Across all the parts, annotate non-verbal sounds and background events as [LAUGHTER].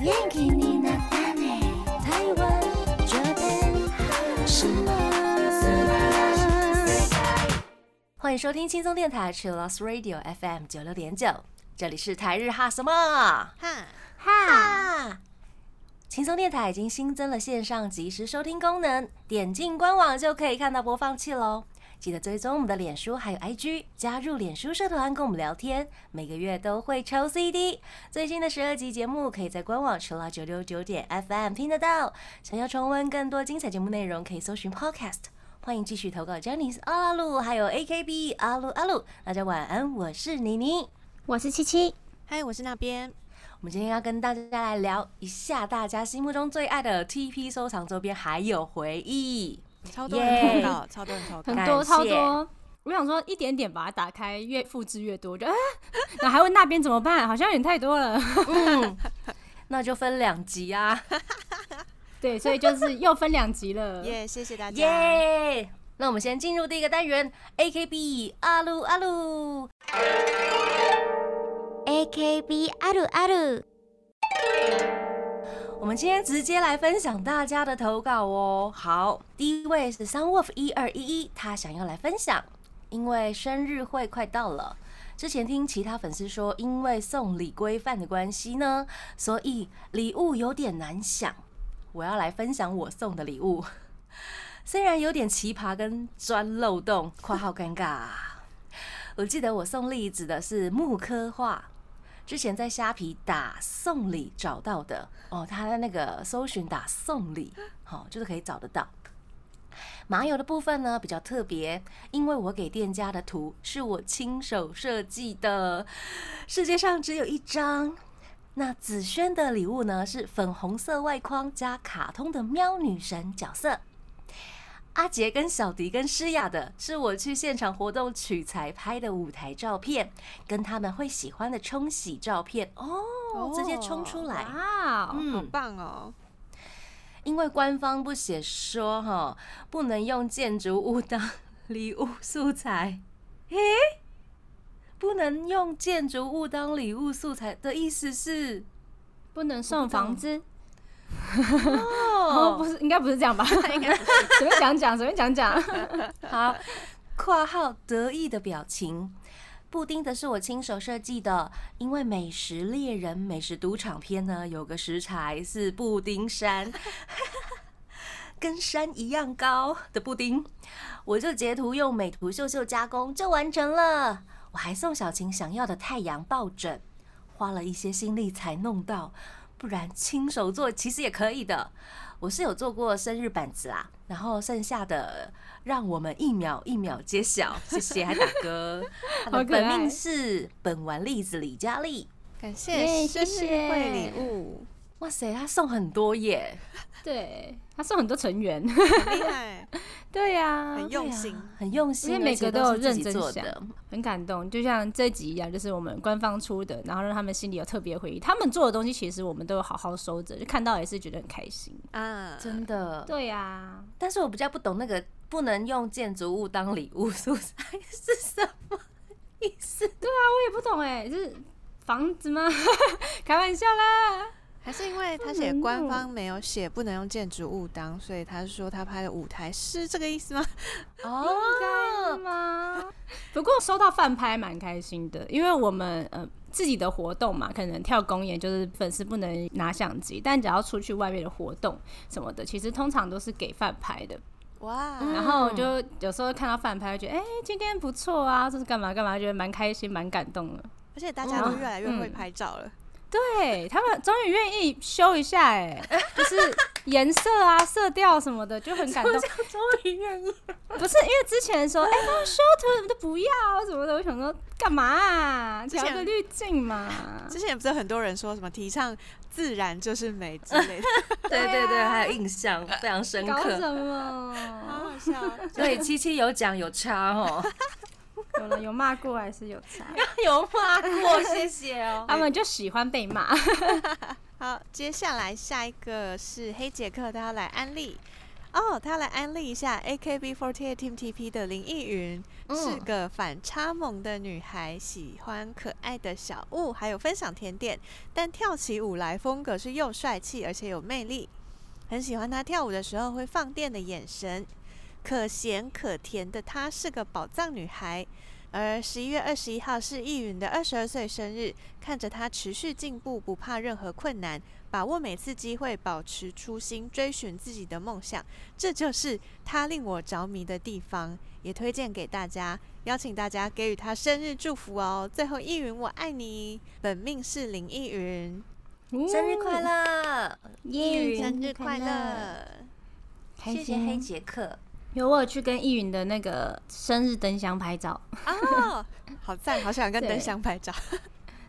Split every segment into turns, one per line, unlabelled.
元気になったね台湾这边什么？
欢迎收听轻松电台 c h i l l o s Radio FM 九六点九，这里是台日哈什么
哈，
哈。轻松电台已经新增了线上即时收听功能，点进官网就可以看到播放器喽。记得追踪我们的脸书还有 IG，加入脸书社团跟我们聊天，每个月都会抽 CD。最新的十二集节目可以在官网 c h i l l 九六九点 FM 听得到。想要重温更多精彩节目内容，可以搜寻 Podcast。欢迎继续投稿 j a n i c e 阿鲁，还有 AKB 阿鲁阿鲁。大家晚安，我是妮妮。
我是七七，
嗨，我是那边。
我们今天要跟大家来聊一下大家心目中最爱的 TP 收藏周边，还有回忆。
超多人
耶
投稿，超多人投
很
稿，
感
多
谢
超多。我想说一点点把它打开，越复制越多，我就啊， [LAUGHS] 然后还问那边怎么办，好像有点太多了。
[LAUGHS] 嗯，那就分两集啊，
对，所以就是又分两集
[LAUGHS]
了。
耶！谢谢大家。
耶、那我们先进入第一个单元，AKB 阿鲁阿鲁。
AKB あるある
我们今天直接来分享大家的投稿哦。好，第一位是 Sunwolf 一二一一，他想要来分享，因为生日会快到了。之前听其他粉丝说，因为送礼规范的关系呢，所以礼物有点难想。我要来分享我送的礼物， [LAUGHS] 虽然有点奇葩跟钻漏洞（括号尴尬）。我记得我送栗子的是木刻画，之前在虾皮打送礼找到的哦，他在那个搜寻打送礼，好、就是可以找得到。麻油的部分呢比较特别，因为我给店家的图是我亲手设计的，世界上只有一张。那紫萱的礼物呢是粉红色外框加卡通的喵女神角色。阿杰跟小迪跟诗雅的是我去现场活动取材拍的舞台照片，跟他们会喜欢的冲洗照片哦
哦，
直接冲出来，
哇哦，
嗯，
棒哦，
因为官方不写说哈，不能用建筑物当礼物素材。诶、不能用建筑物当礼物素材的意思是
不能送房子哦，
哦
[LAUGHS] 不，是，应该不是这
[LAUGHS]
样吧？随便讲讲，随便讲讲。
好，括号得意的表情。布丁的是我亲手设计的，因为《美食猎人》《美食赌场》篇呢，有个食材是布丁山，跟山一样高的布丁，我就截图用美图秀秀加工就完成了。我还送小晴想要的太阳抱枕，花了一些心力才弄到，不然亲手做其实也可以的。我是有做过生日板子啦，然后剩下的让我们一秒一秒揭晓。谢谢，还打
[LAUGHS]
歌。他的
好可
本
爱
命是本丸栗子李佳丽。
感
耶谢
谢生
谢
日会礼物，
哇塞，他送很多耶！
对，他送很多
[LAUGHS]
成员。
很厉害，
对呀，
很用心
对啊，很用心，
因为每
而且
个
都
都有
是自己
认真
做
想
的。
很感动，就像这集一样，就是我们官方出的，然后让他们心里有特别回忆。他们做的东西，其实我们都有好好收着，就看到也是觉得很开心。
啊！
真的，
对呀、
但是我比较不懂那个不能用建筑物当礼物素材是什么意思？
我也不懂哎、就是房子吗？ [LAUGHS] 开玩笑啦。
还是因为他写
哦
官方没有写不能用建筑物当，所以他是说他拍的舞台是这个意思吗？ [LAUGHS]
该
哦，
吗？不过收到饭拍蛮开心的，因为我们呃自己的活动嘛，可能跳公演就是粉丝不能拿相机，但只要出去外面的活动什么的，其实通常都是给饭拍的。
哇，
然后就有时候看到饭拍，就觉得哎、今天不错啊，这是干嘛干嘛，觉得蛮开心蛮感动的。
而且大家都
嗯
越来越会
嗯
拍照了，
对他们终于愿意修一下、哎，就是颜色啊、色调什么的，就很感动。
终于愿意，
不是因为之前说，哎、帮我修图怎么都不要什么的，我想说干嘛、啊？
之
调
前
个滤镜嘛。
之前不是很多人说什么提倡自然就是美之
[LAUGHS]
类的，
[LAUGHS] 对啊对对，还有印象非常深
搞
刻。
什么？
好好笑哦。
所以七七有讲有差哦，
有了有骂过还是有差，
[LAUGHS] 有骂过，谢谢哦。
他们就喜欢被骂。
好，接下来下一个是黑杰克，他要来安利。哦，他来安利一下 AKB48 Team TP 的林依云，是
嗯
个反差萌的女孩，喜欢可爱的小物，还有分享甜点，但跳起舞来风格是又帅气而且有魅力，很喜欢她跳舞的时候会放电的眼神，可咸可甜的她是个宝藏女孩。而十一月二十一号是易云的二十二岁生日，看着她持续进步，不怕任何困难，把握每次机会，保持初心，追寻自己的梦想，这就是她令我着迷的地方。也推荐给大家，邀请大家给予她生日祝福哦。最后，易云，我爱你。本命是林易云，
[LAUGHS] 生日快，
哦
乐！
依云
生日快
乐，
乐！
开
谢谢
心
黑杰克，
有我有去跟易云的那个生日灯箱拍照，
哦，好赞，好想跟
对
灯箱
[LAUGHS]
拍照。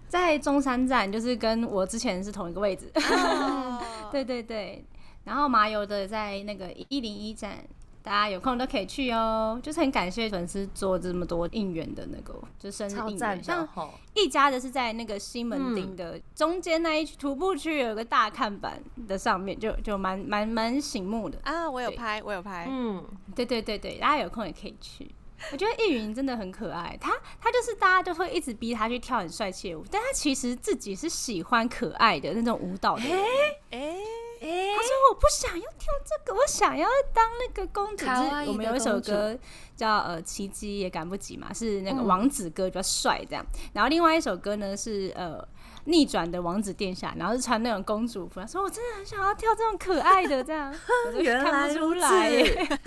在中山站，就是跟我之前是同一个位置。
[LAUGHS] 哦
对对对，然后麻油的在那个一零一站，大家有空都可以去哦。就是很感谢粉丝做这么多应援的那个，就生日
超
应
赞
援。
的嗯
像
吼！
一家的是在那个西门町的中间那一区徒步区有个大看板的上面，就就蛮蛮蛮醒目的。
啊，我有
对
拍，我有拍。
嗯，
对对对对，大家有空也可以去。我觉得易云真的很可爱，她她就是大家就会一直逼她去跳很帅气的舞，但她其实自己是喜欢可爱的那种舞蹈的人。
哎，
哎
他，说我不想要跳这个，我想要当那个公主。
卡
就
哇伊
是
的
我们有一首
公主
歌叫呃《奇迹也赶不及》嘛，是那个
嗯
王子歌比较帅这样。然后另外一首歌呢是呃逆转的王子殿下，然后是穿那种公主服，他说我真的很想要跳这种可爱的
[LAUGHS]
这样，我就
原
看
来
不
如
出
此
来 [LAUGHS] 耶，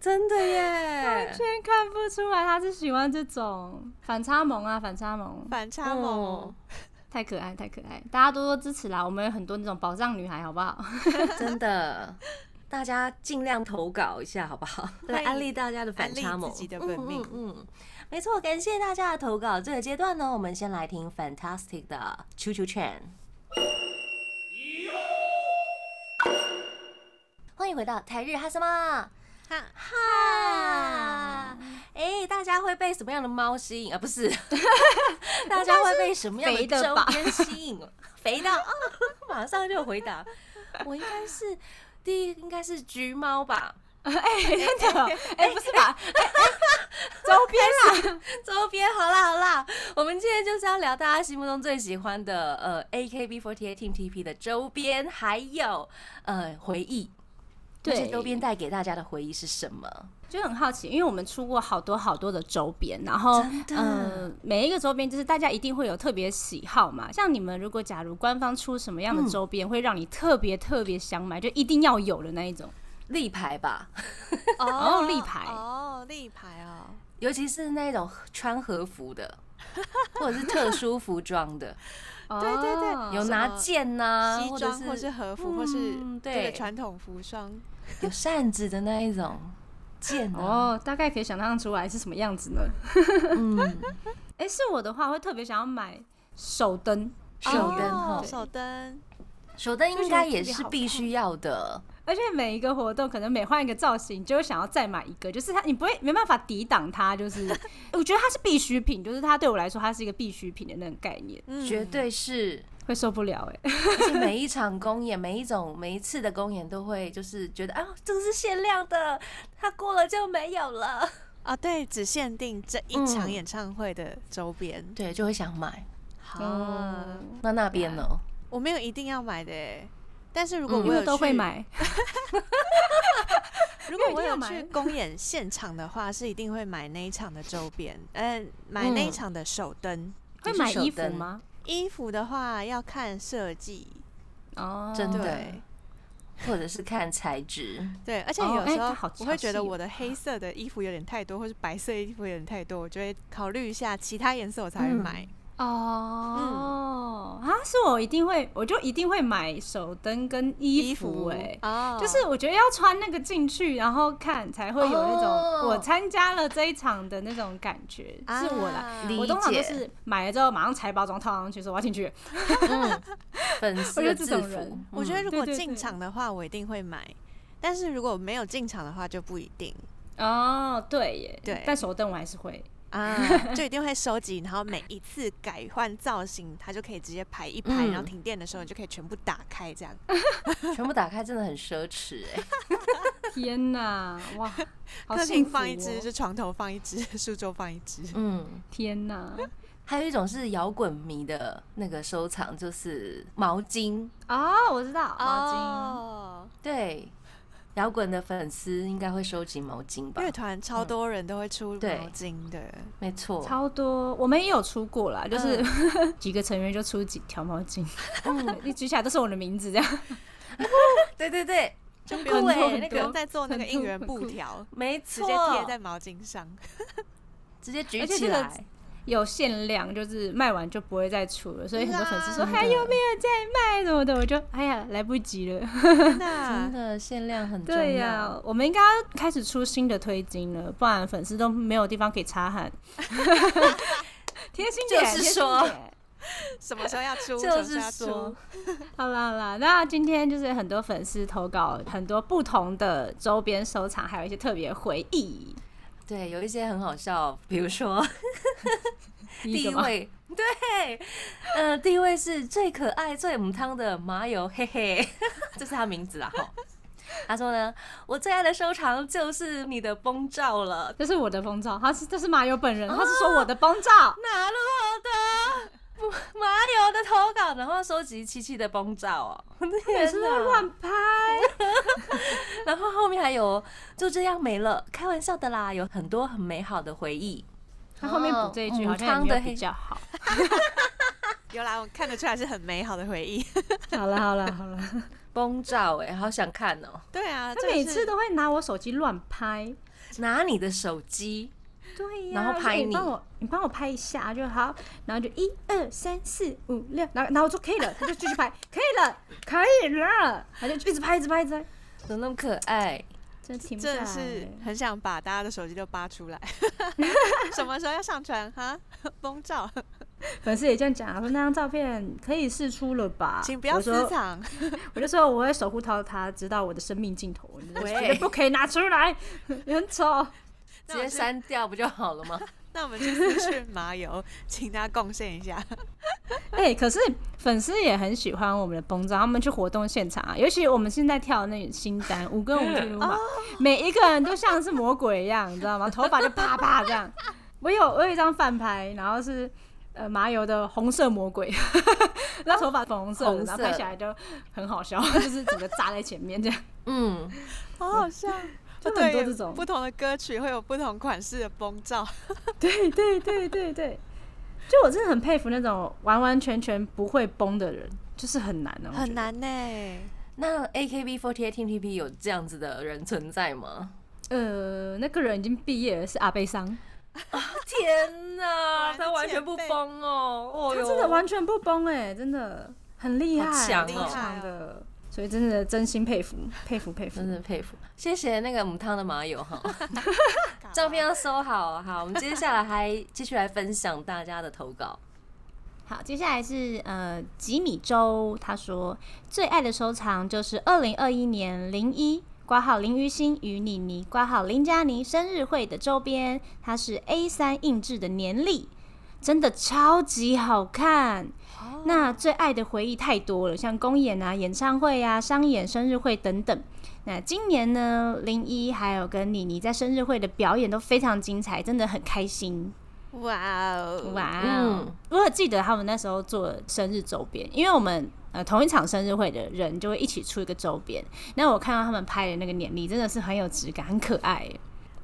真的耶
完！全看不出来他是喜欢这种反差萌啊，反差萌，
反差萌
嗯。
哦太可爱太可爱，大家多多支持啦，我们有很多那种宝藏女孩，好不好？
[LAUGHS]
真的，大家尽量投稿一下，好不
[LAUGHS]
好？来安利大家的反差萌，
安利自己的本命
嗯嗯嗯没错，感谢大家的投稿。这个阶段呢，我们先来听 Fantastic 的《Choo Choo Train》。欢迎回到台日哈什么
哈
哈？哎、大家会被什么样的猫吸引啊？不是，大家会被什么样
肥的
周
吧
边吸引？肥的啊，马上就回答。我应该是第一，应该是橘猫吧，
[LAUGHS] 真的？哎、不是吧？周边
周边好啦好啦，我们今天就是要聊大家心目中最喜欢的呃 AKB48 Team TP 的周边，还有呃回忆。这
对
些周边带给大家的回忆是什么？
就很好奇，因为我们出过好多好多的周边，然后
真的
呃，每一个周边就是大家一定会有特别喜好嘛。像你们如果假如官方出什么样的周边、会让你特别特别想买，就一定要有的那一种。
立牌吧，
[LAUGHS] 哦立牌
哦，立牌哦。
尤其是那种穿和服的，或者是特殊服装的，
对对对
哦
有拿剑呐、
西装
或
啊或
者
是
是
和服，或是
嗯
这
对
个传统服装，
[LAUGHS] 有扇子的那一种剑啊，
哦，大概可以想象出来是什么样子呢？
嗯，
哎、是我的话会特别想要买手灯，
手灯
哦
哈，
手灯，
手灯应该也是必须要的，
而且每一个活动，可能每换一个造型，你就会想要再买一个，就是它，你不会没办法抵挡它，就是 [LAUGHS] 我觉得它是必需品，就是它对我来说，它是一个必需品的那种概念，
嗯
绝对是。
会受不了哎、
而且每一场公演，每一种每一次的公演都会就是觉得啊，这个是限量的，它过了就没有了，
啊，对，只限定这一场
嗯
演唱会的周边。
对，就会想买。
啊，
那那边呢？
我没有一定要买的欸，但是如果
嗯
因
我
为 [LAUGHS]
有
都会
去，
买，
如果
没有一
我
定要
有
买
去公演现场的话，是一定会买那一场的周边，嗯，买那一
嗯
场的手灯。
会
就是
买
手
衣服
灯
吗？
衣服的话要看设计，
哦，
真的
对
或者是看材质？
对，而且
哦
有
哎
时候
它好
我会
好
觉得
细
我的黑色的衣服有点太多，或是白色衣服有点太多，我就会考虑一下其他颜色我才会
嗯
买。
哦，啊，是我一定会，我就一定会买手灯跟衣服哎、
哦，
就是我觉得要穿那个进去，然后看才会有那
哦
种我参加了这一场的那种感觉，是我的。
啊
理
我通常都
解
是买了之后马上拆包装套上去，说我要进去。
嗯，粉丝的
我觉得这
制
种
服嗯
人，
我觉得如
嗯对
果
对
进
对
场的话，我一定会买。但是如果没有进场的话，就不一
[LAUGHS]
定
哦，对耶，
对
但手灯我还是会。
啊，就一定会收集，然后每一次改换造型，它就可以直接排一排，然后
嗯
停电的时候你就可以全部打开这样。
全部打开真的很奢侈哎、
天哪，哇，好
客
幸
厅
福、哦！
放一只，就床头放一只， [LAUGHS] 书桌放一只。
嗯，
天哪！
还有一种是摇滚迷的那个收藏，就是毛巾。
哦，我知道毛巾。
哦，
对，摇滚的粉丝应该会收集毛巾吧
乐？团超多人都会出毛
对
巾的，
没错，
超多，我们也有出过啦，就是、 [LAUGHS] 几个成员就出几条毛巾，嗯， [LAUGHS] 一举起来都是我的名字这样。 [LAUGHS]
对对对，
[LAUGHS] 就不
很
用
多
酷欸
很
那
多
个
人在做那个
很酷
应援
很
布
酷 [LAUGHS]
条，
没
直
错，
接贴在毛巾上。
直接举
而且
起
这个啊
来。
有限量，就是卖完就不会再出了，所以很多粉丝说
真的
还有没有在卖什么的，我就哎呀来不及了。
真
那
的限量很重要。
对呀、我们应该要开始出新的推金了，不然粉丝都没有地方可以擦汗。贴心点，
就是
贴心
说
点
什么时候要出？什
就
么时
是
候要
说
出？，
好啦好啦，那今天就是很多粉丝投稿很多不同的周边收藏，还有一些特别回忆。
对，有一些很好笑，比如说
[LAUGHS]
第
第一
一
个吗？
位，对，呃，第一位是最可爱、最母汤的麻油，嘿嘿， [LAUGHS] 这是他名字啊，哈。他说呢，我最爱的收藏就是你的崩罩了，
这是我的风罩，他是这是马友本人，他是说我的风罩，
哪路好的不麻油的投稿，然后收集七七的崩罩哦， [LAUGHS]
也
天
是
哪
在乱拍。
然后后面还有就这样没了，开玩笑的啦，有很多很美好的回忆。
他后面补这一句好像也没有比较 [LAUGHS] 好。
有啦，我看得出来是很美好的
[LAUGHS]
回忆。
好了好了好了，
崩罩哎、好想看哦、
对啊，
他
这
每
是
次都会拿我手机乱拍。
拿你的手机，
对
然后
我说
拍
欸
你
你帮我，你帮我拍一下就好。然后就一二三四五六，然后然后我说可以了，他就继续拍，可以了，可以了，他就一直拍，一直拍，一直拍，
怎么那么可爱？
真的停不下
真
来。
的是很想把大家的手机都扒
[LAUGHS]
出来，什么时候要上传哈？ [LAUGHS] 崩
啊
照，
粉丝也这样讲，说那张照片可以试出了吧？
请不要
我
私
说
藏。 [LAUGHS]
我就说我会守护到他，直到我的生命尽头，我
喂
绝对不可以拿出来， [LAUGHS] 很丑。
直
那
接
我是
删掉不就好了 [LAUGHS] 吗？
那我们就私讯麻油， [LAUGHS] 请大家贡献一下。
哎、可是粉丝也很喜欢我们的崩章，他们去活动现场啊，尤其我们现在跳的那新单五跟五之路嘛，每一个人都像是魔鬼一样，你知道吗？头发就啪啪这样。我有我有一张饭拍，然后是呃麻油的红色魔鬼， [LAUGHS] 那头发粉红色的，
红
然后
色
拍起来就很好笑，就是整个扎在前面这样。
嗯，
好好 [LAUGHS] 笑，
就很
哦
多
对
这种
不同的歌曲会有不同款式的崩照，
[LAUGHS] 对对对对对，就我真的很佩服那种完完全全不会崩的人，就是很难哦、我觉得。
难呢、
那 AKB48 Team TP 有这样子的人存在吗？
呃，那个人已经毕业了，是阿悲伤。
天哪，
哇
他完全不
前辈
崩哦！哦
他
哟，
真的完全不崩哎、真的很厉害，
好强哦
超强的，所以真的真心佩服，佩服佩服
真。的佩服，谢谢那个母汤的麻友
[LAUGHS]
哈，照片要收好啊好。我们接下来
[LAUGHS]
还继续来分享大家的投稿，
好，接下来是呃吉米周，他说最爱的收藏就是二零二一年零一。挂号林于心与妮妮，挂号林佳妮生日会的周边，它是 A 三印制的年历，真的超级好看。那最爱的回忆太多了，像公演啊、演唱会啊、商演、生日会等等。那今年呢，零一还有跟妮妮在生日会的表演都非常精彩，真的很开心。
哇哦，
哇、哦！
嗯
我有记得他们那时候做生日周边，因为我们呃同一场生日会的人就会一起出一个周边。那我看到他们拍的那个年历，真的是很有质感，很可爱，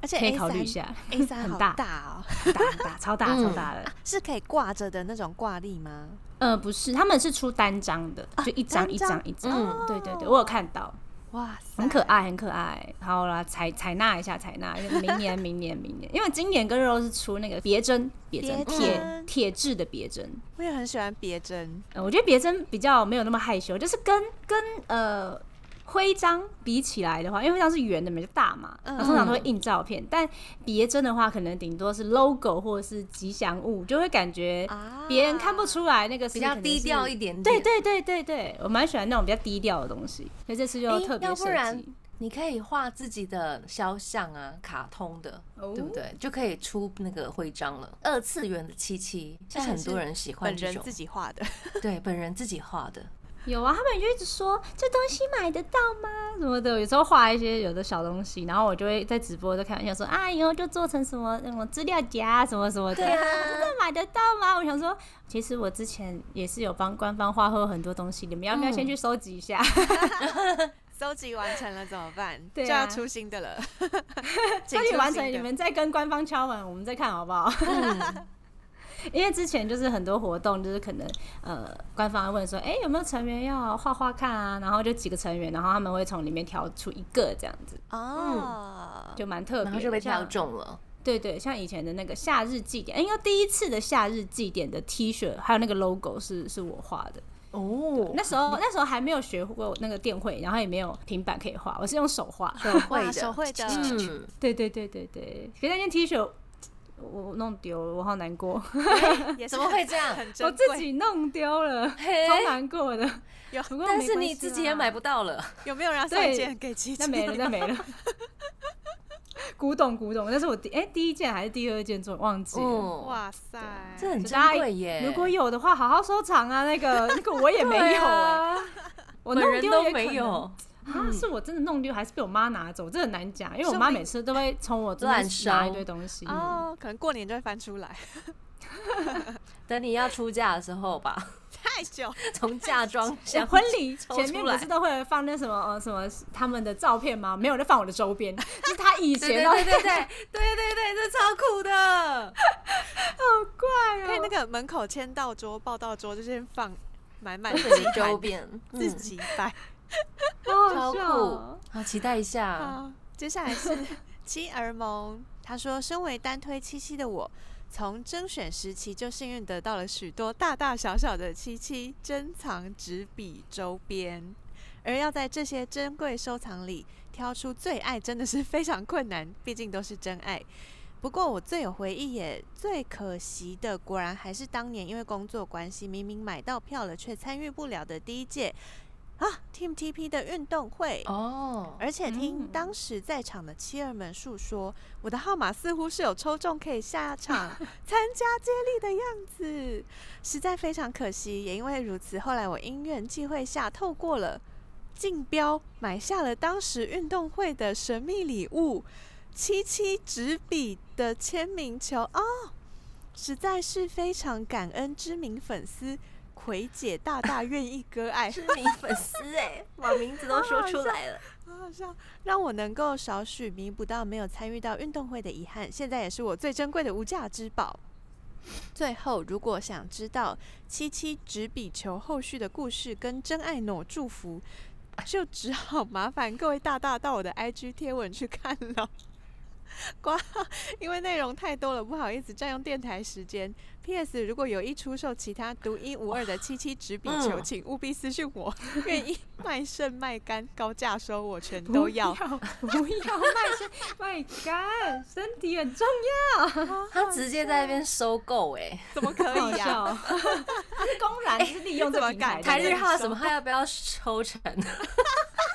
而且
可以考虑一下。[LAUGHS]
A 三
很
好
大
大哦， [LAUGHS]
很大很大，超大
嗯
超大的。
是可以挂着的那种挂历吗？
呃，不是，他们是出单张的，就一张一张一张。
嗯
对对对，我有看到，
哇塞，
很可爱，很可爱。好啦，采采纳一下，采纳。因为明年，明年，明年，因为今年跟 Rose 出那个别针，别针
别
铁
针
铁质的别针。
我也很喜欢别针，
呃，我觉得别针比较没有那么害羞，就是跟跟呃徽章比起来的话，因为徽章是圆的嘛，就大嘛，
嗯
然后通常都会印照片。但别针的话，可能顶多是 logo 或者是吉祥物，就会感觉
啊
别人看不出来那个是
比较
可能
低
是
调一。点点。
对对对对对，我蛮喜欢那种比较低调的东西，所以这次就
诶
特别
要不
设
然
计。
你可以画自己的肖像啊，卡通的，
哦
对不对？就可以出那个徽章了。二次元的七七，现在很多人喜
本
欢这
人
种
自，己画的，
对，本人自己画的，
有啊，他们就一直说这东西买得到吗？什么的，有时候画一些有的小东西，然后我就会在直播就开玩笑说啊，以后就做成什么什么资料夹啊什么什么的，
对啊
真的买得到吗？我想说，其实我之前也是有帮官方画过很多东西，你们要不要先去收集一下？ [LAUGHS]
搜集完成了怎么办？
对啊
就要出新的
[LAUGHS]
了。
收
请
集
出
完
新
成，你
的
们再跟官方敲门，我们再看好不好？ [LAUGHS] 因为之前就是很多活动，就是可能呃，官方会问说，哎、有没有成员要画画看啊？然后就几个成员，然后他们会从里面挑出一个这样子，
哦，
就蛮特别的。
然后就被挑
像
中了。
对对，像以前的那个夏日祭典，应该第一次的夏日祭典的 T 恤，还有那个 logo 是是我画的。
哦，
那时候那时候还没有学过那个电绘，然后也没有平板可以画，我是用手
[LAUGHS]
画。
手
哇
绘
手
的，
绘的，
嗯，
对对对对对，可是那件 T 恤我我弄丢了，我好难过，嗯 [LAUGHS]
也是
怎么会这样
很珍
我自
贵
己弄丢了，
嘿
[LAUGHS] 超难过的。
有
不过
但
没
是
关
你
系
自己也买
啦，
不到了，
有没有人要送
对
一件给琪琪？
那没了，那没了。 [LAUGHS] 古董古董，那是我第哎、第一件还是第二件做忘记了。
嗯，
哇塞，
这很
就
珍
大家
贵耶。
如果有的话，好好收藏啊！
[LAUGHS]
那个那个我也没
对
有哎、
啊嗯
我
本
弄
人
丢
都
也可
没
能
有，
啊，是我真的弄丢，还是被我妈拿走？这很难讲，因为我
说
妈
不定
每次都会从我这边
乱
拿
收
一堆东西。呃
哦，可能过年就会翻出来， [LAUGHS]
等你要出嫁的时候吧， [LAUGHS]
太久
从嫁妆箱
像婚礼
抽
前
出
面
来
不是都会放那什么呃什么他们的照片吗？没有，就放我的
[LAUGHS]
周边，就是他以
对
前
对
的，好
对对对对对对，这超酷的，
怪
可以那
哦。
个门口签到桌、报到桌，就先放满满
这
的
是
集
周
盘，
[LAUGHS] 边，嗯
自己摆。
好
超
好笑
酷
哦。，
好期待一下。
好，接下来是 [LAUGHS] 妻儿萌，他说：“身为单推七七的我，从甄选时期就幸运得到了许多大大小小的七七珍藏纸笔周边，而要在这些珍贵收藏里挑出最爱，真的是非常困难，毕竟都是真爱。”不过我最有回忆也最可惜的，果然还是当年因为工作关系，明明买到票了却参与不了的第一届啊 Team TP 的运动会
哦，
而且听
嗯
当时在场的妻儿们述说，我的号码似乎是有抽中可以下场参加接力的样子，实在非常可惜。也因为如此，后来我因缘际会下透过了竞标，买下了当时运动会的神秘礼物——七七纸笔的签名球哦，实在是非常感恩知名粉丝葵姐大大愿意割爱。
知名粉丝哎，把名字都说出来了，
好好笑，让我能够少许弥补到没有参与到运动会的遗憾，现在也是我最珍贵的无价之宝。最后，如果想知道七七纸笔球后续的故事跟真爱傩祝福，就只好麻烦各位大大到我的 IG 贴文去看了。 [LAUGHS] 挂，因为内容太多了，不好意思占用电台时间。P.S. 如果有意出售其他独一无二的七七纸笔球，
嗯
请务必私讯 [LAUGHS] 我，愿意卖肾卖肝，高价收我全
不
都要。
不要卖
[LAUGHS]
身，My God，身体很重
他直接在那边收购哎，
[LAUGHS] 怎么可
要，
以啊呀、
笑， [LAUGHS] 他是公然就是利用这个
[LAUGHS]
平台的，
这
台日
号
哈什么他要不要抽
[LAUGHS]
成，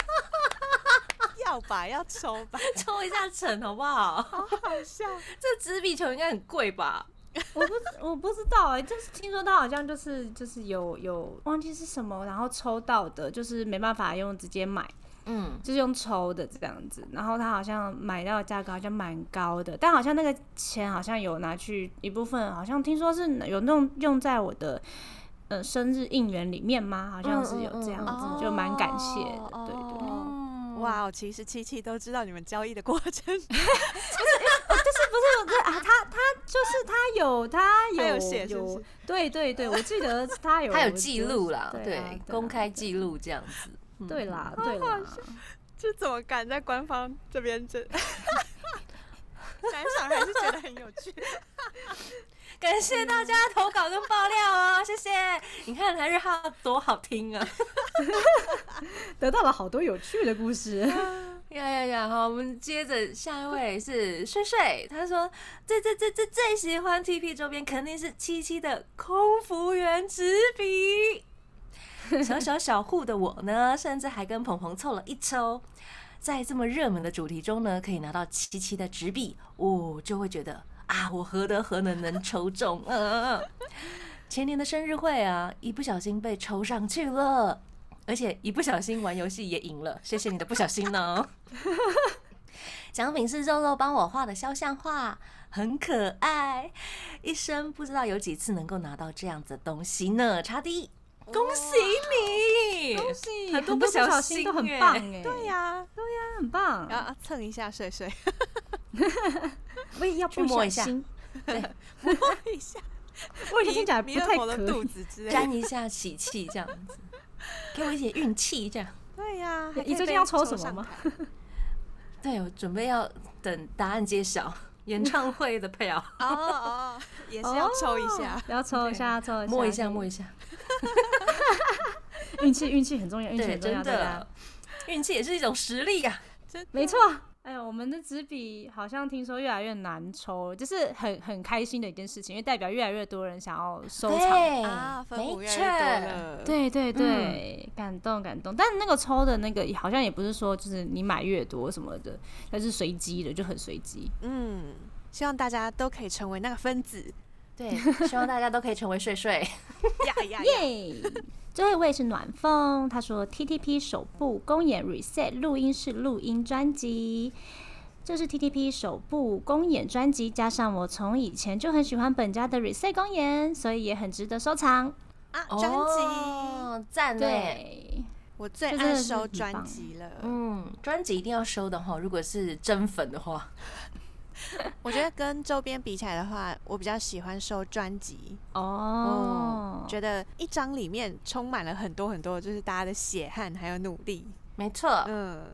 [LAUGHS] 要吧，要抽吧，
抽一下成好不好？
好笑。
这纸笔球应该很贵吧？
我不我不知道哎、就是听说他好像就是就是有有忘记是什么，然后抽到的，就是没办法用直接买，
嗯，
就是用抽的这样子。然后他好像买到的价格好像蛮高的，但好像那个钱好像有拿去一部分，好像听说是有用用在我的。呃，生日应援里面吗？好像是有这样
嗯
子，
嗯嗯
就蛮感谢的。
哦
对对
哦哇哦，其实七七都知道你们交易的过程， [LAUGHS]
就是不是有这啊？他他就是他有他
他有
有
写是不是
对对对，我记得他有
他有记录啦，
对啊
对，
对啊
公开记录这样子。
对啦，对啦，
这怎么敢在官方这边这？ [LAUGHS] 想一想还是觉得很有趣。
感谢大家投稿跟爆料哦，谢谢。你看台日哈多好听啊！
得到了好多有趣的故事。
[LAUGHS] 呀呀呀！好，我们接着下一位是睡睡，他说最最最最最喜欢 TP 周边肯定是七七的空服员纸笔。小小小户的我呢，甚至还跟鹏鹏凑了一抽。在这么热门的主题中呢，可以拿到七七的纸笔，哦，就会觉得啊，我何德何能能抽中？嗯嗯嗯。前年的生日会啊，一不小心被抽上去了。而且一不小心玩游戏也赢了，谢谢你的不小心呢。 [LAUGHS] 奖品是肉肉帮我画的肖像画，很可爱。一生不知道有几次能够拿到这样子的东西呢，查迪，恭喜你！
恭 [LAUGHS] 喜，
很多不
多
小
小
心
都很
耶
棒哎，
对呀、
很棒。
然后蹭一下睡 [LAUGHS] 睡，
我也要
去摸一下
不小心
摸一下
我听
[LAUGHS]
起来不
弥勒
太
佛的
可
肚
以。
子之类
[LAUGHS]
的。
沾一下喜气这样子，给我一点运气这样。
对呀、
你
还可以
最近
被
要抽什么
上
吗
台？
对，我准备要等答案揭晓，演唱会的配 [LAUGHS] 哦，
哦哦，也是要抽一下
哦。，要抽一下，抽一下，
摸一下摸一
下。
下，
运气，运气很重要，运气
对，
很重要，
真
大家
的，运气也是一种实力啊呀、
真的
[LAUGHS] 没错。哎呦，我们的纸笔好像听说越来越难抽，就是很很开心的一件事情，因为代表越来越多人想要收藏。
啊，分母
没
越
错，
来越多了。
对对对，感动感动。但那个抽的那个好像也不是说就是你买越多什么的，它是随机的，就很随机。
嗯，希望大家都可以成为那个分子。
对，希望大家都可以成为睡 [LAUGHS] 睡。
呀呀呀！
耶！ [LAUGHS] 最后一位是暖风，他说 TTP 首部公演 Reset 录音室录音专辑。这是 TTP 首部公演专辑，加上我从以前就很喜欢本家的 Reset 公演，所以也很值得收藏。
啊，专辑，
哦赞呢，
对，
我最
这真的
爱
是
收
很
专
棒
辑了。
嗯，专辑一定要收的哈，如果是真粉的话，
我觉得跟周边比起来的话，我比较喜欢收专辑，
哦，
觉得一张里面充满了很多很多，就是大家的血汗还有努力。
没错，
嗯，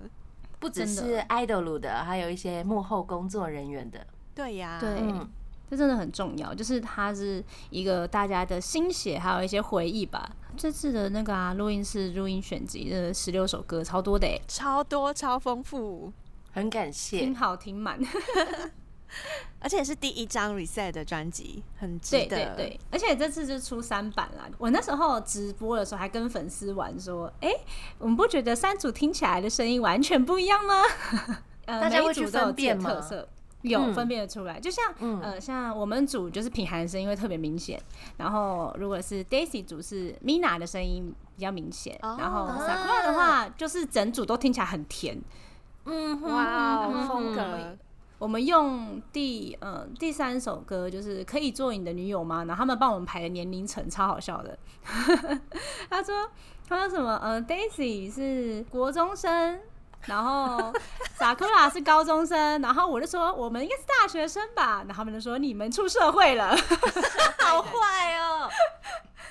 不只
真
是
的
idol 的，还有一些幕后工作人员的，
对呀，
对
嗯，
这真的很重要，就是它是一个大家的心血，还有一些回忆吧。这次的那个啊，录音室录音选集，呃，十六首歌，超多的诶，
超多超丰富，
很感谢
听，好听满。
而且是第一张 reset 的专辑，很值
对
得。
对对，而且这次就出三版啦。我那时候直播的时候还跟粉丝玩说，哎、我们不觉得三组听起来的声音完全不一样吗？ [LAUGHS] 呃
大家
每
会
一
去
组都有
分
自己的
辨吗
特色。有
嗯
分辨得出来，就像、
嗯
呃，像我们组就是品涵的声音会特别明显，然后如果是 Daisy 组是 Mina 的声音比较明显，
哦
然
啊
后 Sakura 的话就是整组都听起来很甜，
嗯哼，
哇哦，
嗯
风格
我们用第嗯、第三首歌就是可以做你的女友吗？然后他们帮我们排的年龄层超好笑的。 [LAUGHS] 他说他说什么呃，Daisy 是国中生，然后 [LAUGHS] Sakura 是高中生，然后我就说我们应该是大学生吧，然后他们就说你们出社会了， [LAUGHS]
好坏 [LAUGHS] 哦，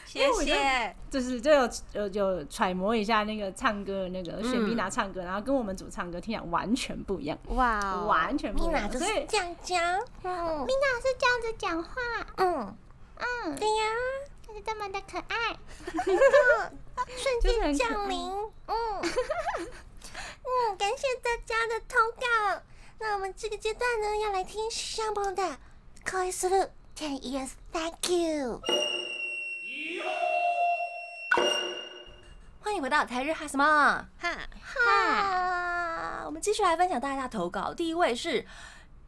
谢
我觉
谢。
就是就有有有揣摩一下那个唱歌的那个雪碧娜唱歌，然后跟我们组唱歌听起来完全不一样，
哇哦，
完全不
米
一
娜
样，
就
所
是
以
这样讲，嗯，米娜是这样子讲话，嗯嗯，对呀，
就是这么的可 [LAUGHS] 爱，嗯
就是很可
降临，嗯 [LAUGHS] 嗯，感谢大家的投稿。那我们这个阶段呢，要来听上朋友的《Koi s u Ten Years Thank You》。
欢迎回到台日哈什么
哈，
哈，啊我们继续来分享大家的投稿，第一位是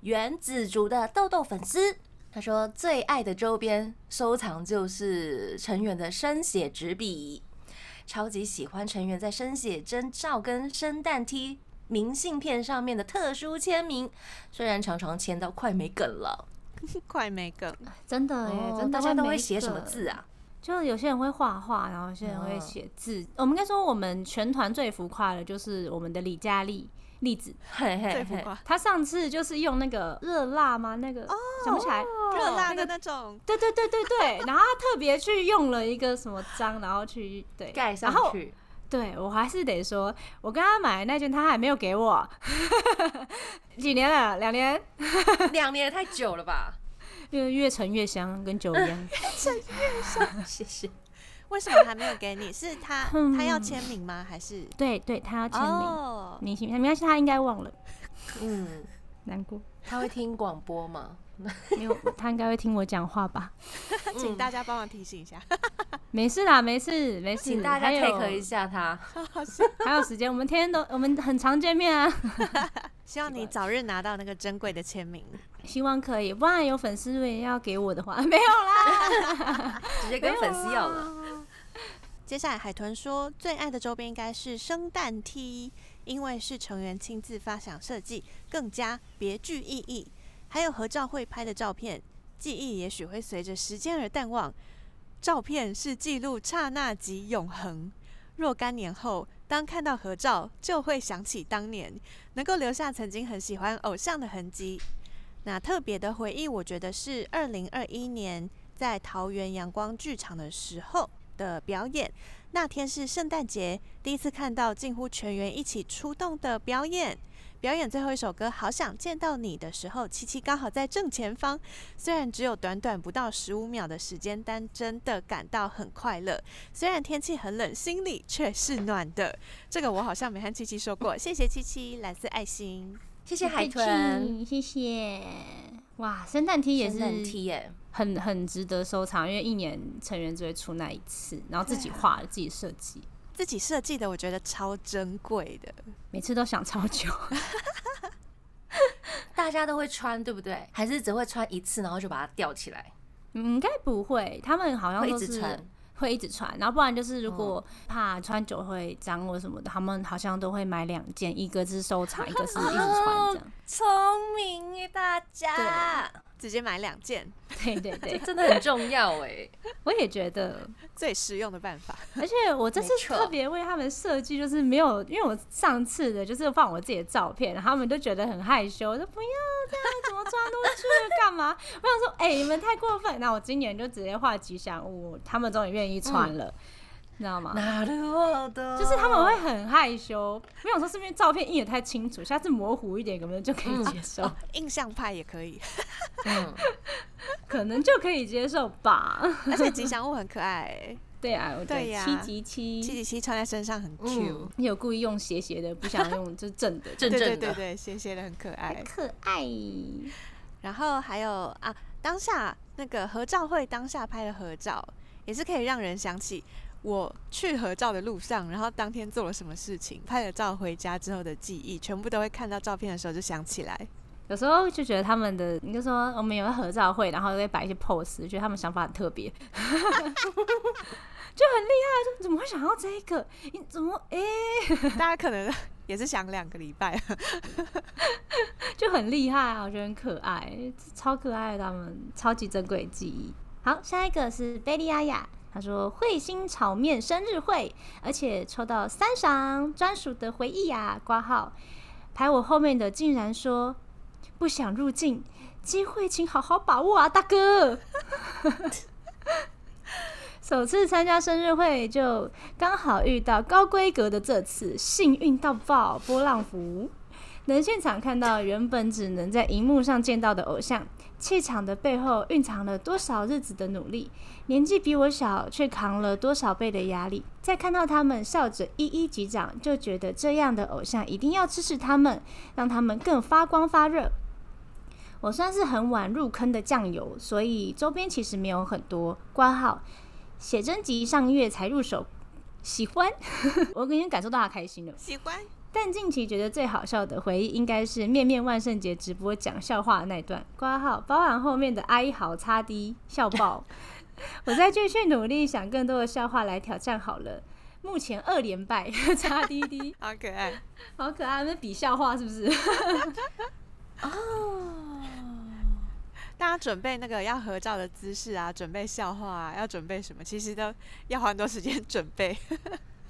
原子族的豆豆粉丝。他说最爱的周边收藏就是成员的生写纸笔，超级喜欢成员在生写真照跟生蛋 T 明信片上面的特殊签名，虽然常常签到快没梗了，
[LAUGHS] 快没梗，
真的耶，真的
哦大家都
哦每
会
一
写什么
个
字啊？
就有些人会画画，然后有些人会写字。我们应该说，我们全团最浮夸的就是我们的李佳丽栗子，
嘿嘿
最浮
嘿，
夸，
她上次就是用那个热辣吗？那个、想不起来。
热辣
那个
的哦那种，
对对对对对，然后她特别去用了一个什么章，然后去对
盖上
然后
去，
对我还是得说，我跟她买的那件她还没有给我， [LAUGHS] 几年了，两年，
[LAUGHS] 两年也太久了吧？
越越陈越香，跟酒一样。
谢谢。
为什么还没有给你？是他他要签名吗？还是
对对，她要签名，
哦，
明信片，没关系，她应该忘了，
嗯，
难过。
他会听广播吗？
没有，他应该会听我讲话吧？
请大家帮忙提醒一下，
没事啦，没事，没事。
请大家
还有
take 一下他。
好像
还有时间，我们天天都，我们很常见面啊。 [LAUGHS]
希望你早日拿到那个珍贵的签名。
希望可以，不然有粉 [LAUGHS] 丝如果要给我的话，没有啦。
直接跟粉丝要了。
接下来，海豚说最爱的周边应该是生蛋 T，因为是成员亲自发想设计，更加别具意义。还有合照会拍的照片，记忆也许会随着时间而淡忘。照片是记录刹那及永恒。若干年后，当看到合照，就会想起当年，能够留下曾经很喜欢偶像的痕迹。那特别的回忆，我觉得是二零二一年在桃园阳光剧场的时候的表演。那天是圣诞节，第一次看到近乎全员一起出动的表演。表演最后一首歌《好想见到你》的时候，七七刚好在正前方。虽然只有短短不到十五秒的时间，但真的感到很快乐。虽然天气很冷，心里却是暖的。这个我好像没和七七说过，谢谢七七，来自爱心。
谢谢海豚，，
谢谢。哇，圣诞 T 也
真的很
是
T 耶，
很很值得收藏，因为一年成员只会出那一次，然后自
啊
己画、自己设计，
自己设计的，我觉得超珍贵的。
每次都想超久。 [LAUGHS]
大家都会穿，对不对？还是只会穿一次，然后就把它吊起来，
嗯，应该不会，他们好像
会
都
一
是
直穿。
会一直穿，然后不然就是如
哦
果怕穿久会脏或什么的，他们好像都会买两件，一个是
[LAUGHS]
收藏，一个是一直穿这样。
聪明耶，大家，
直接买两件，
对对对，
真的很重要哎。
我也觉得，
最实用的办法。
而且我这次
没错
特别为他们设计，就是没有，因为我上次的就是放我自己的照片，然后他们都觉得很害羞，说不要这样，怎么抓都去干嘛？ [LAUGHS] 我想说，哎、你们太过分。那我今年就直接画吉祥物，他们终于愿意穿了，你知道吗？
哪路的
就是他们会很害羞，没有说是不是照片印的太清楚，下次模糊一点，可能就可以接受，
哦，印象派也可以，
嗯
可能就可以接受吧。 [LAUGHS]
而且吉祥物很可爱，
对啊，我觉
对
得
呀
七级七，
七七七穿在身上很 Q，、
嗯，
你有故意用斜斜的，不想用就是正的，
正
对对
正
对
的，
对，斜斜的很可爱。
可爱。
然后还有啊，当下那个合照会当下拍的合照，也是可以让人想起我去合照的路上，然后当天做了什么事情，拍了照回家之后的记忆，全部都会看到照片的时候就想起来。
有时候就觉得他们的，你就说我们有个合照会，然后会摆一些 pose，觉得他们想法很特别，就 [LAUGHS] 很厉害，就怎么会想到这个？你怎么哎、
大家可能也是想两个礼拜，
就很厉害啊，我觉得很可爱，超可爱的，他们超级珍贵的记忆。好，下一个是贝利亚亚，他说彗星炒面生日会，而且抽到三赏专属的回忆呀、挂号。排我后面的竟然说不想入境，机会请好好把握啊，大哥。 [LAUGHS] 首次参加生日会，就刚好遇到高规格的这次，幸运到爆，波浪符。能现场看到原本只能在荧幕上见到的偶像，气场的背后蕴藏了多少日子的努力？年纪比我小，却扛了多少倍的压力？再看到他们笑着一一击掌，就觉得这样的偶像一定要支持他们，让他们更发光发热。我算是很晚入坑的酱油，所以周边其实没有很多。挂号写真集上月才入手，喜欢， [LAUGHS] 我已经感受到他开心了。
喜欢。
但近期觉得最好笑的回忆应该是面面万圣节直播讲笑话的那段，挂号包含后面的哀嚎、擦滴、笑 [LAUGHS] 爆。我再继续努力想更多的笑话来挑战好了。目前二连败， [LAUGHS] 擦滴滴，
好可爱，
好可爱，那比笑话是不是？ [LAUGHS]
哦
大家准备那个要合照的姿势啊，准备笑话啊，要准备什么，其实都要花很多时间准备。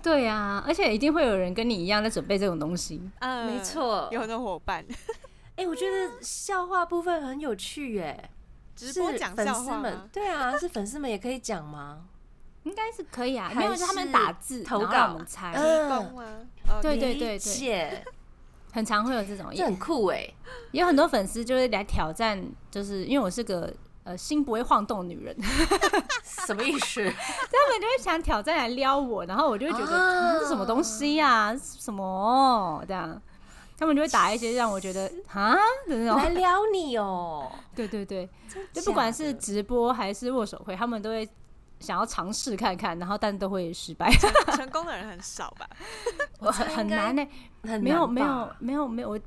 对啊，而且一定会有人跟你一样在准备这种东西。
嗯
没错
有很多伙伴
哎，我觉得笑话部分很有趣耶，
直播
是
讲
粉
笑
丝
话
们
吗，
对啊，是粉丝们也可以讲吗？
应该是可以啊，
还
没有就是他们
是
打字
投
然后让
稿
我们猜，
嗯
提供吗？哦
对
你
对对
理
对，
解，
[LAUGHS] 很常会有这种，
这很酷哎，
有很多粉丝就会来挑战，就是因为我是个呃心不会晃动的女人，他
什么意思？ [LAUGHS]
们就会想挑战来撩我，然后我就会觉得、
啊
嗯这什么东西呀、什么这样，他们就会打一些让我觉得啊的那
来
种，
撩你哦，
[LAUGHS] 对对对，
真
就不管
假
是
的
直播还是握手会，他们都会想要尝试看看，然后但都会失败，
成功的人很少吧？
[LAUGHS] 我
很
猜
很
应该
难呢、
很
没有
难
没有
吧
没有没有，我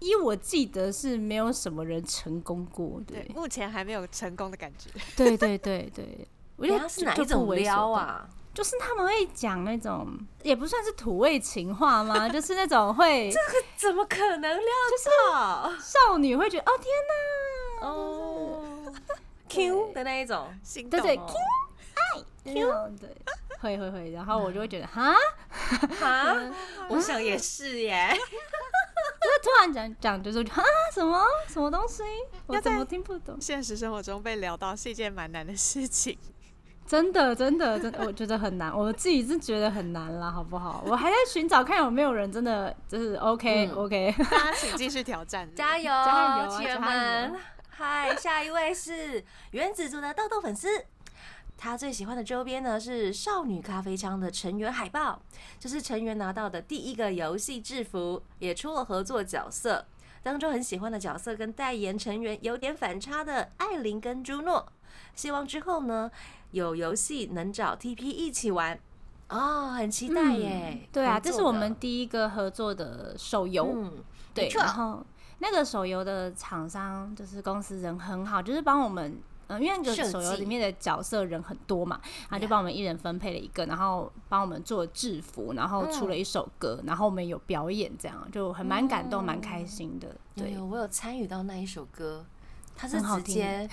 依我记得是没有什么人成功过，
对，目前还没有成功的感觉。
对对对对，我觉
人家
得
是哪一种撩？啊？
就是他们会讲那种，也不算是土味情话吗？ [LAUGHS] 就是那种会
怎么可能料
少女会觉得哦天哪，
到？哦，Q 的那一种， [LAUGHS]
心动
对
哦、
对，Q 哎对，啊会会会，然后我就会觉得哈，
啊，我想也是耶。
就是突然讲讲就是啊什么什么东西，我
要
怎
在
么听不懂？
现实生活中被聊到是一件蛮难的
[LAUGHS]
事情。
真的，真的，真的，我觉得很难，我自己是觉得很难啦，好不好？我还在寻找看有没有人真的就是 OK、
嗯
[LAUGHS] OK，
大家请继续挑战。
[LAUGHS] 加油，
加油啊
企鹅
加油
们！嗨，下一位是原子族的豆豆粉丝。他最喜欢的周边呢是少女咖啡枪的成员海报，这是成员拿到的第一个游戏制服，也出了合作角色，当中很喜欢的角色跟代言成员有点反差的艾琳跟朱诺。希望之后呢有游戏能找 TP 一起玩，哦，很期待耶！
对啊，
合作
这是我们
的
第一个合作的手游。
嗯
对
没，错
然后那个手游的厂商就是公司人很好，就是帮我们。嗯，因为那个
设计
手游里面的角色人很多嘛，他就
Yeah
帮我们一人分配了一个，然后帮我们做制服，然后出了
嗯
一首歌，然后我们有表演，这样就很蛮感动，蛮开心的。
哦有
对
有，，哎我有参与到那一首歌，它是
很好
直接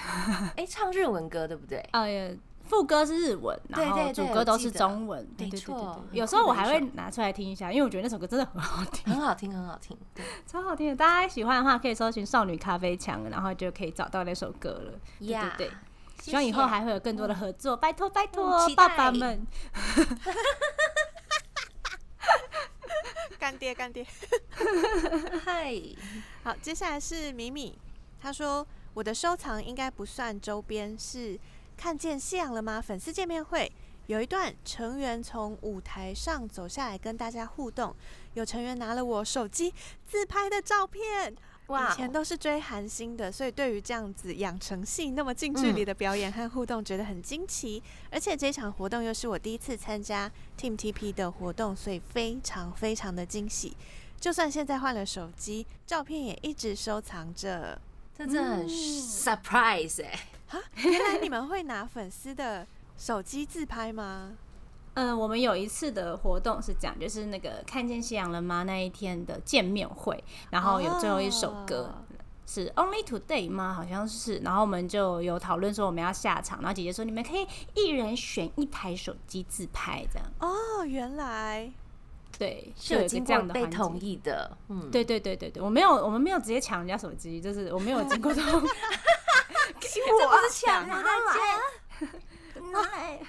哎、唱日文歌对不对？
呃，也副歌是日文，
对
然后
对
主
对
歌
我
都
记
是
得
中文，对
没
对对对
错
对。有
很
时候
酷
我
的一
还会
首
拿出来听一下，因为我觉得那首歌真的很好听。 [LAUGHS]
很好听，很好听。 [LAUGHS] 对
超好听的，大家喜欢的话可以搜寻“少女咖啡墙”，然后就可以找到那首歌了。
呀
对对对，
谢
希望以后
谢 [LAUGHS]
还会有更多的合作，拜托拜
嗯
托，
期待
爸爸们。
干爹，干爹。
嗨，
好，接下来是米米，他说我的收藏应该不算周边，是看见夕阳了吗？粉丝见面会有一段成员从舞台上走下来跟大家互动，有成员拿了我手机自拍的照片。
哇哦
以前都是追韩星的，所以对于这样子养成系那么近距离的表演和互动，觉得很惊奇。而且这场活动又是我第一次参加 Team TP 的活动，所以非常非常的惊喜。就算现在换了手机，照片也一直收藏着。
这真的很 surprise 哎、
原来你们会拿粉丝的手机自拍吗？
嗯，我们有一次的活动是这样，就是那个看见夕阳了吗那一天的见面会，然后有最后一首歌。
啊
哦
是 Only Today 吗？好像是，然后我们就有讨论说我们要下场，然后姐姐说你们可以一人选一台手机自拍这样，
哦，原来
对，
是
就有
有
一个
经
这
过
样的
被
环节
同意的，嗯，
对对对对对，我没有，我们没有直接抢人家手机，就是我没有经
[LAUGHS]
过同意，
[LAUGHS] 这不是抢
拿来，来，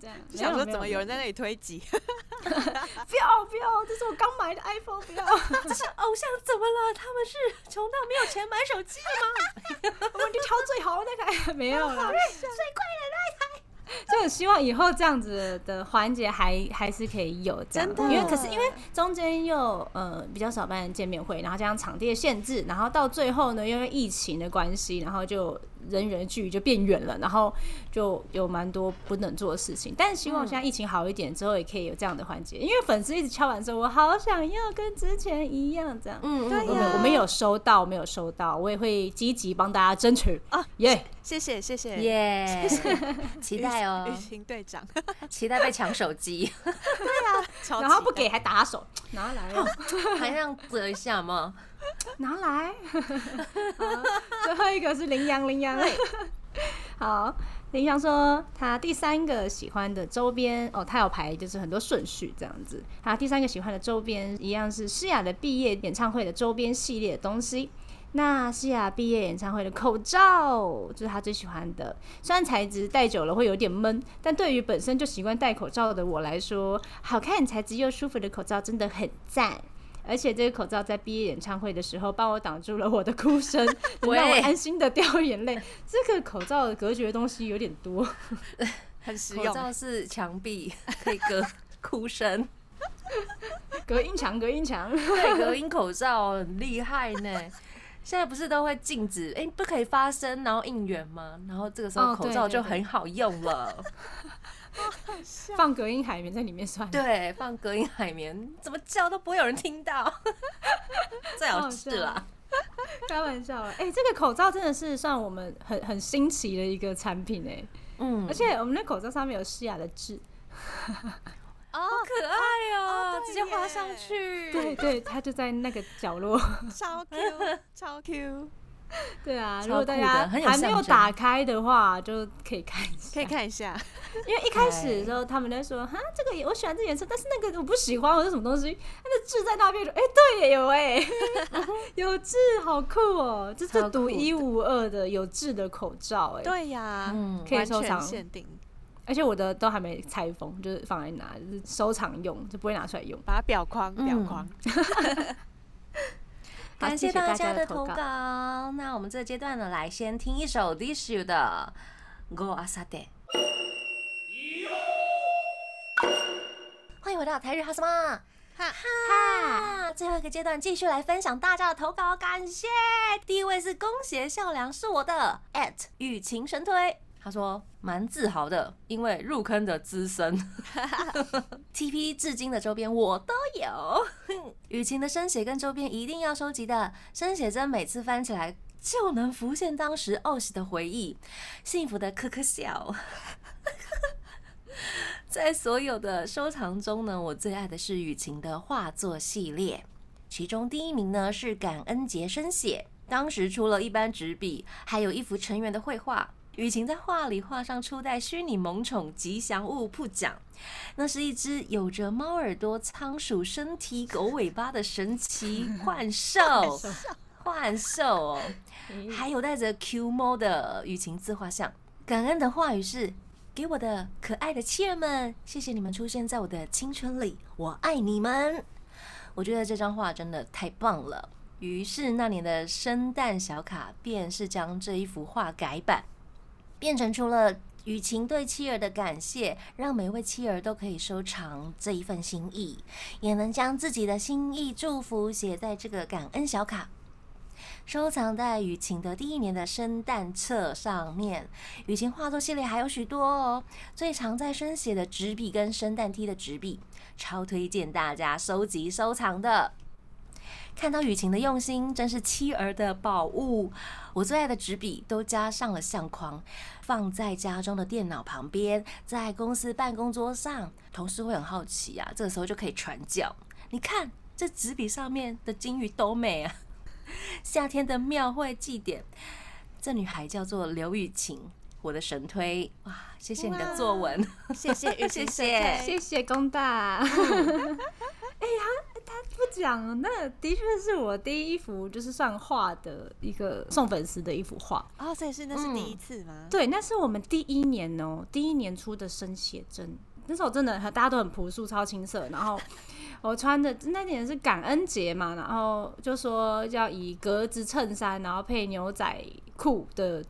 这样
就想说怎么有人在那里推挤， [LAUGHS]
不要不要，这是我刚买的 iPhone，不要，我
这是偶像怎么了？他们是穷到没有钱买手机了吗？
们就挑最好的那台， [LAUGHS] 没有啦，最贵的那台。就希望以后这样子的环节还还是可以有这样，
真的
因为可是因为中间又呃比较少办见面会，然后加上场地的限制，然后到最后呢，因为疫情的关系，然后就人员的距离就变远了，然后就有蛮多不能做的事情。但希望现在疫情好一点之后，也可以有这样的环节，因为粉丝一直敲完说，我好想要跟之前一样这样。
嗯，
对
我
哎呀
们我们有收到，我们有收到，我也会积极帮大家争取
啊
耶！
谢谢谢谢，
耶，期
雨
待哦
雨，晴队长， [LAUGHS]
期待被抢手机，
超
然后
期
不
待啊
给还打手，拿来哦，
还让折一下吗？
拿
[LAUGHS]
来。好最后一个是羚羊，羚羊。 [LAUGHS] 好，羚羊说他第三个喜欢的周边哦，他有排就是很多顺序这样子。他第三个喜欢的周边一样是诗雅的毕业演唱会的周边系列的东西。那诗雅毕业演唱会的口罩就是他最喜欢的，虽然材质戴久了会有点闷，但对于本身就习惯戴口罩的我来说，好看、材质又舒服的口罩真的很赞。而且这个口罩在毕业演唱会的时候帮我挡住了我的哭声， [LAUGHS] 能让我
喂
安心的掉眼泪。这个口罩隔绝的东西有点多，
很实
口
用，
罩是墙壁，可以隔 [LAUGHS] 哭声。
隔音墙，隔音墙。 [LAUGHS]
对，隔音口罩很厉害呢。现在不是都会禁止，哎、不可以发声，然后应援吗？然后这个时候
哦
口
对
罩
对
就
对
很好用了。
[LAUGHS] 放隔音海绵在里面算了。
对放隔音海绵，怎么叫都不会有人听
[LAUGHS]
到，最好是啦。
开玩笑啦，哎、这个口罩真的是算我们很很新奇的一个产品哎、
嗯
而，且我们的口罩上面有诗雅的字，
好可爱哦、
哦对
直接画上
耶
去。
对对，他就在那个角落。
超 Q，超 Q，
[LAUGHS] 对啊，
超
如果大
酷的
家
很有
还没
象
有
征
打开的话，就可以看一下。
可以看一下。
因为一开始的时候，他们在说哈，这个也我喜欢这颜色，但是那个我不喜欢，我是什么东西？它的痣在那边，哎、对耶，有哎、 [LAUGHS] 有痣，好酷哦、这
超
是
酷
独一无二的有痣的口罩哎、
对呀，
嗯
可以
完
收
全
藏
限定，
而且我的都还没拆封，就是放在那，就是收藏用，就不会拿出来用。
把它裱框，裱
嗯
框。
好
感谢
谢谢
大
大
家
家
的
的
投
投
稿
稿。
那我们这阶段呢，来先听一首 Dishu 的《Go Asade》。欢迎回到台日哈什么
哈，
哈！最后一个阶段继续来分享大家的投稿，感谢。第一位是宫胁孝良，是我的 at 雨晴神推，他说蛮自豪的，因为入坑的资 [LAUGHS] 深 TP 至今的周边我都有。雨晴的生写跟周边一定要收集的，生写真每次翻起来就能浮现当时 OS 的回忆，幸福的咯咯笑。 [LAUGHS] 在所有的收藏中呢，我最爱的是雨晴的画作系列，其中第一名呢是感恩节生写，当时出了一般纸笔，还有一幅成员的绘画。雨晴在画里画上初代虚拟萌宠吉祥物铺奖，那是一只有着猫耳朵、仓鼠身体、狗尾巴的神奇 [LAUGHS] 幻兽，幻兽哦，还有带着 Q 猫的雨晴自画像。感恩的话语是：给我的可爱的妻人们，谢谢你们出现在我的青春里，我爱你们。我觉得这张画真的太棒了。于是那年的圣诞小卡便是将这一幅画改版，变成除了雨晴对妻儿的感谢，让每位妻儿都可以收藏这一份心意，也能将自己的心意祝福写在这个感恩小卡。收藏在雨晴的第一年的圣诞册上面，雨晴画作系列还有许多哦，最常在生写的纸笔跟圣诞 T 的纸笔，超推荐大家收集收藏的。看到雨晴的用心，真是妻儿的宝物。我最爱的纸笔都加上了相框，放在家中的电脑旁边，在公司办公桌上。同事会很好奇啊，这个时候就可以传教。你看这纸笔上面的金鱼多美啊！夏天的庙会祭典，这女孩叫做刘雨晴，我的神推哇！谢谢你的作文，
谢 [LAUGHS] 谢雨
谢
晴神
谢
推
谢谢工大。哎呀，哎他不讲，那的确是我第一幅就是算画的一个送粉丝的一幅画。
哦，所以是那是第一
嗯
次吗？
对，那是我们第一年哦、第一年出的生写真。那时候真的很大家都很朴素，超青涩。然后我穿的那年是感恩节嘛，然后就说要以格子衬衫，然后配牛仔裤的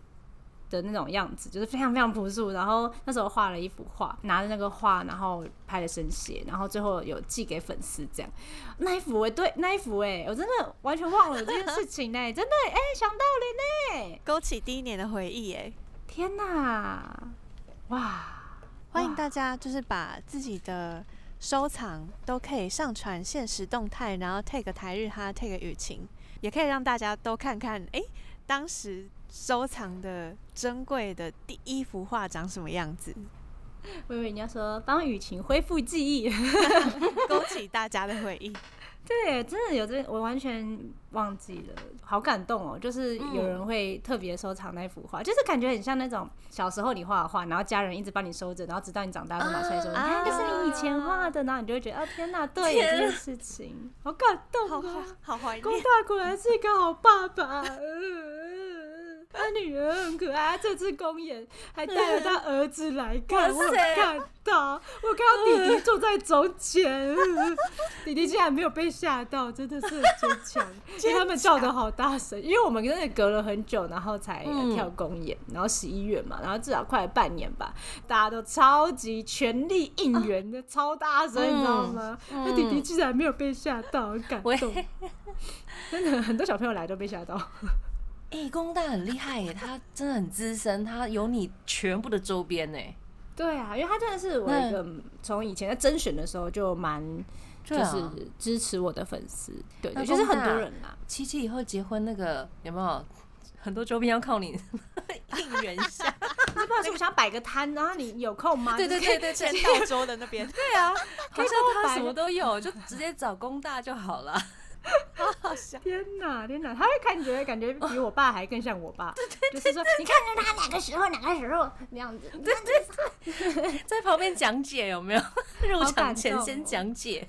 的那种样子，就是非常非常朴素。然后那时候画了一幅画，拿着那个画，然后拍了生写，然后最后有寄给粉丝这样。那一幅哎、对，那一幅哎、我真的完全忘了这件事情哎、真的哎、想到了呢、
勾起第一年的回忆，哎，
天哪！哇，
欢迎
哇
大家就是把自己的收藏都可以上传现实动态，然后 take 台日哈 take 雨晴，也可以让大家都看看，哎、当时收藏的珍贵的第一幅画长什么样子，
我以为你要说帮雨晴恢复记忆，
勾起大家的回忆。
[LAUGHS] 对，真的有这，我完全忘记了，好感动哦！就是有人会特别收藏那幅画，就是感觉很像那种小时候你画的画，然后家人一直帮你收着，然后直到你长大都拿出来说，你哎
啊
看，这是你以前画的，然后你就会觉得，哦，天哪，对这件事情，好感动
好
啊
怀！好怀
光
念，
大果然是一个好爸爸。呃嗯他女儿很可爱，这次公演还带了他儿子来看，我
哇
有
塞
看到，我看到弟弟坐在中间，嗯弟弟竟然没有被吓到，真的是很坚强，因为他们叫的好大声，因为我们真的隔了很久，然后才
嗯
跳公演，然后十一月嘛，然后至少快半年吧，大家都超级全力应援的，超大声，你知道吗？那弟弟竟然没有被吓到，很感
喂
动。真的很多小朋友来都被吓到。
哎、工大很厉害耶，他真的很资深，他有你全部的周边呢。
对啊，因为他真的是我一个从以前在甄选的时候就蛮
对
就
啊
是支持我的粉丝，对
那
对，就是
工
很
大
多人啦。啊
七七以后结婚那个有没有很多周边要靠你 [LAUGHS] 应援一下。
就不然说我想摆个摊，然后你有
[LAUGHS]
空吗？
对对对
[LAUGHS]
对
钱
对，
到桌的那边，
对啊， [LAUGHS] 好像
帮我
他
摆
什么都有，就直接找工大就好了。
好好笑。
天哪，天哪，他会看觉得感觉比我爸还更像我 [LAUGHS] 爸，就是说，你看着他哪个时候哪个时候那样子，对对，
在旁边讲解有没有？入
好
场
感
前
动
先
哦
讲解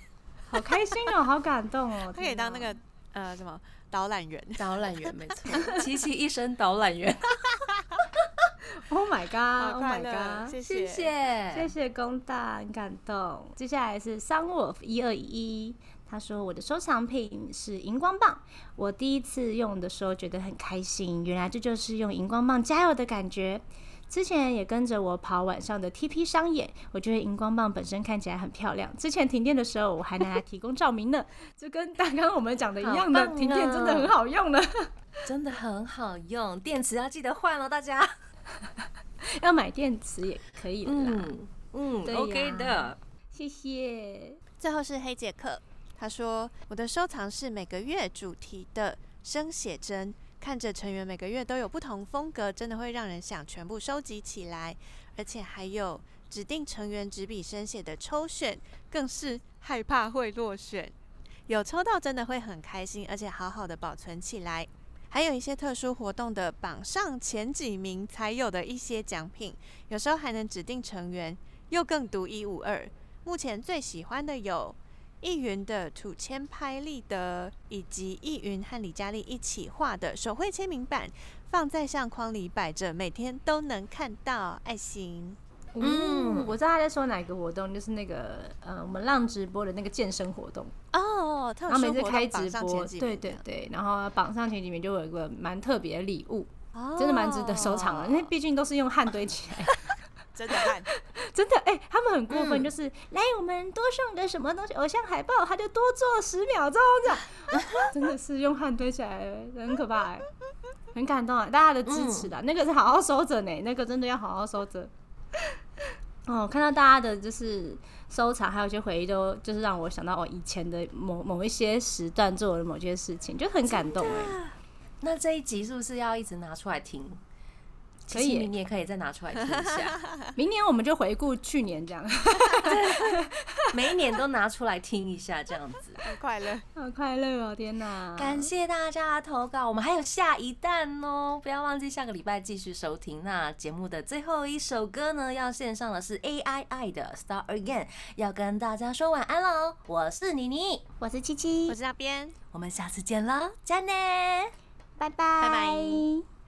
好开心哦，好感动 [LAUGHS] 哦，
他可以
天
当
哪
那个呃什么导览员，
导览员，没 [LAUGHS] 错，琪琪一生导览员，
，Oh my
好
God，Oh
啊快
my
乐，
[LAUGHS]
God。
谢
谢
谢
谢。
谢工大，很感动。接下来是 Sunwolf 一二一，他说我的收藏品是荧光棒，我第一次用的时候觉得很开心，原来这就是用荧光棒加油的感觉。之前也跟着我跑晚上的 TP 商演，我觉得荧光棒本身看起来很漂亮。之前停电的时候，我还拿来提供照明呢，就跟刚刚我们讲的一样
好
的，
棒啊
停电真的很好用呢。 [LAUGHS]
真的很好用，电池要记得换哦，大家。
要买电池也可以了啦。
嗯嗯
对呀
，OK 的，
谢谢。
最后是黑杰克，他说我的收藏是每个月主题的生写真，看着成员每个月都有不同风格，真的会让人想全部收集起来，而且还有指定成员执笔生写的抽选，更是害怕会落选。 [LAUGHS] 有抽到真的会很开心，而且好好的保存起来。还有一些特殊活动的榜上前几名才有的一些奖品，有时候还能指定成员，又更独一无二。目前最喜欢的有易云的土签拍立得，以及易云和李佳丽一起画的手绘签名版，放在相框里摆着，每天都能看到。爱心，
嗯
嗯，我知道他在说哪个活动，就是那个呃，我们浪直播的那个健身活动，
哦，他
然
有
后每
说
次
活
开
动
直
榜上
播，
前几
对
名
对
的，
对，然后榜上前几名就有一个蛮特别的礼物，
哦
真的蛮值得收藏的，因为毕竟都是用汗堆起来，
[LAUGHS] 真的看，
真的哎、他们很过分，
嗯
就是来我们多送个什么东西，偶像海报，他就多做十秒钟这样， [LAUGHS] 真的是用汗堆起来，很可怕哎、很感动啊，大家的支持啦，那个是好好收着呢，那个真的要好好收着。哦，看到大家的就是收藏，还有一些回忆都，就是让我想到我哦以前的某某一些时段做的某些事情，就很感动哎、
那这一集是不是要一直拿出来听？
可
琪
以
琪
耶
明年可以再拿出来听一下，
哎明年我们就回顾去年这样， [LAUGHS]
每一年都拿出来听一下，这样
[LAUGHS]
子。
很快乐。 [LAUGHS]
好快乐哦！天哪，
感谢大家的投稿，我们还有下一弹哦，不要忘记下个礼拜继续收听。那节目的最后一首歌呢，要献上的是 A I I 的《Start Again》，要跟大家说晚安喽。我是妮妮，
我是七七
我，是那边。
我们下次见喽，加奈。
拜拜，
拜拜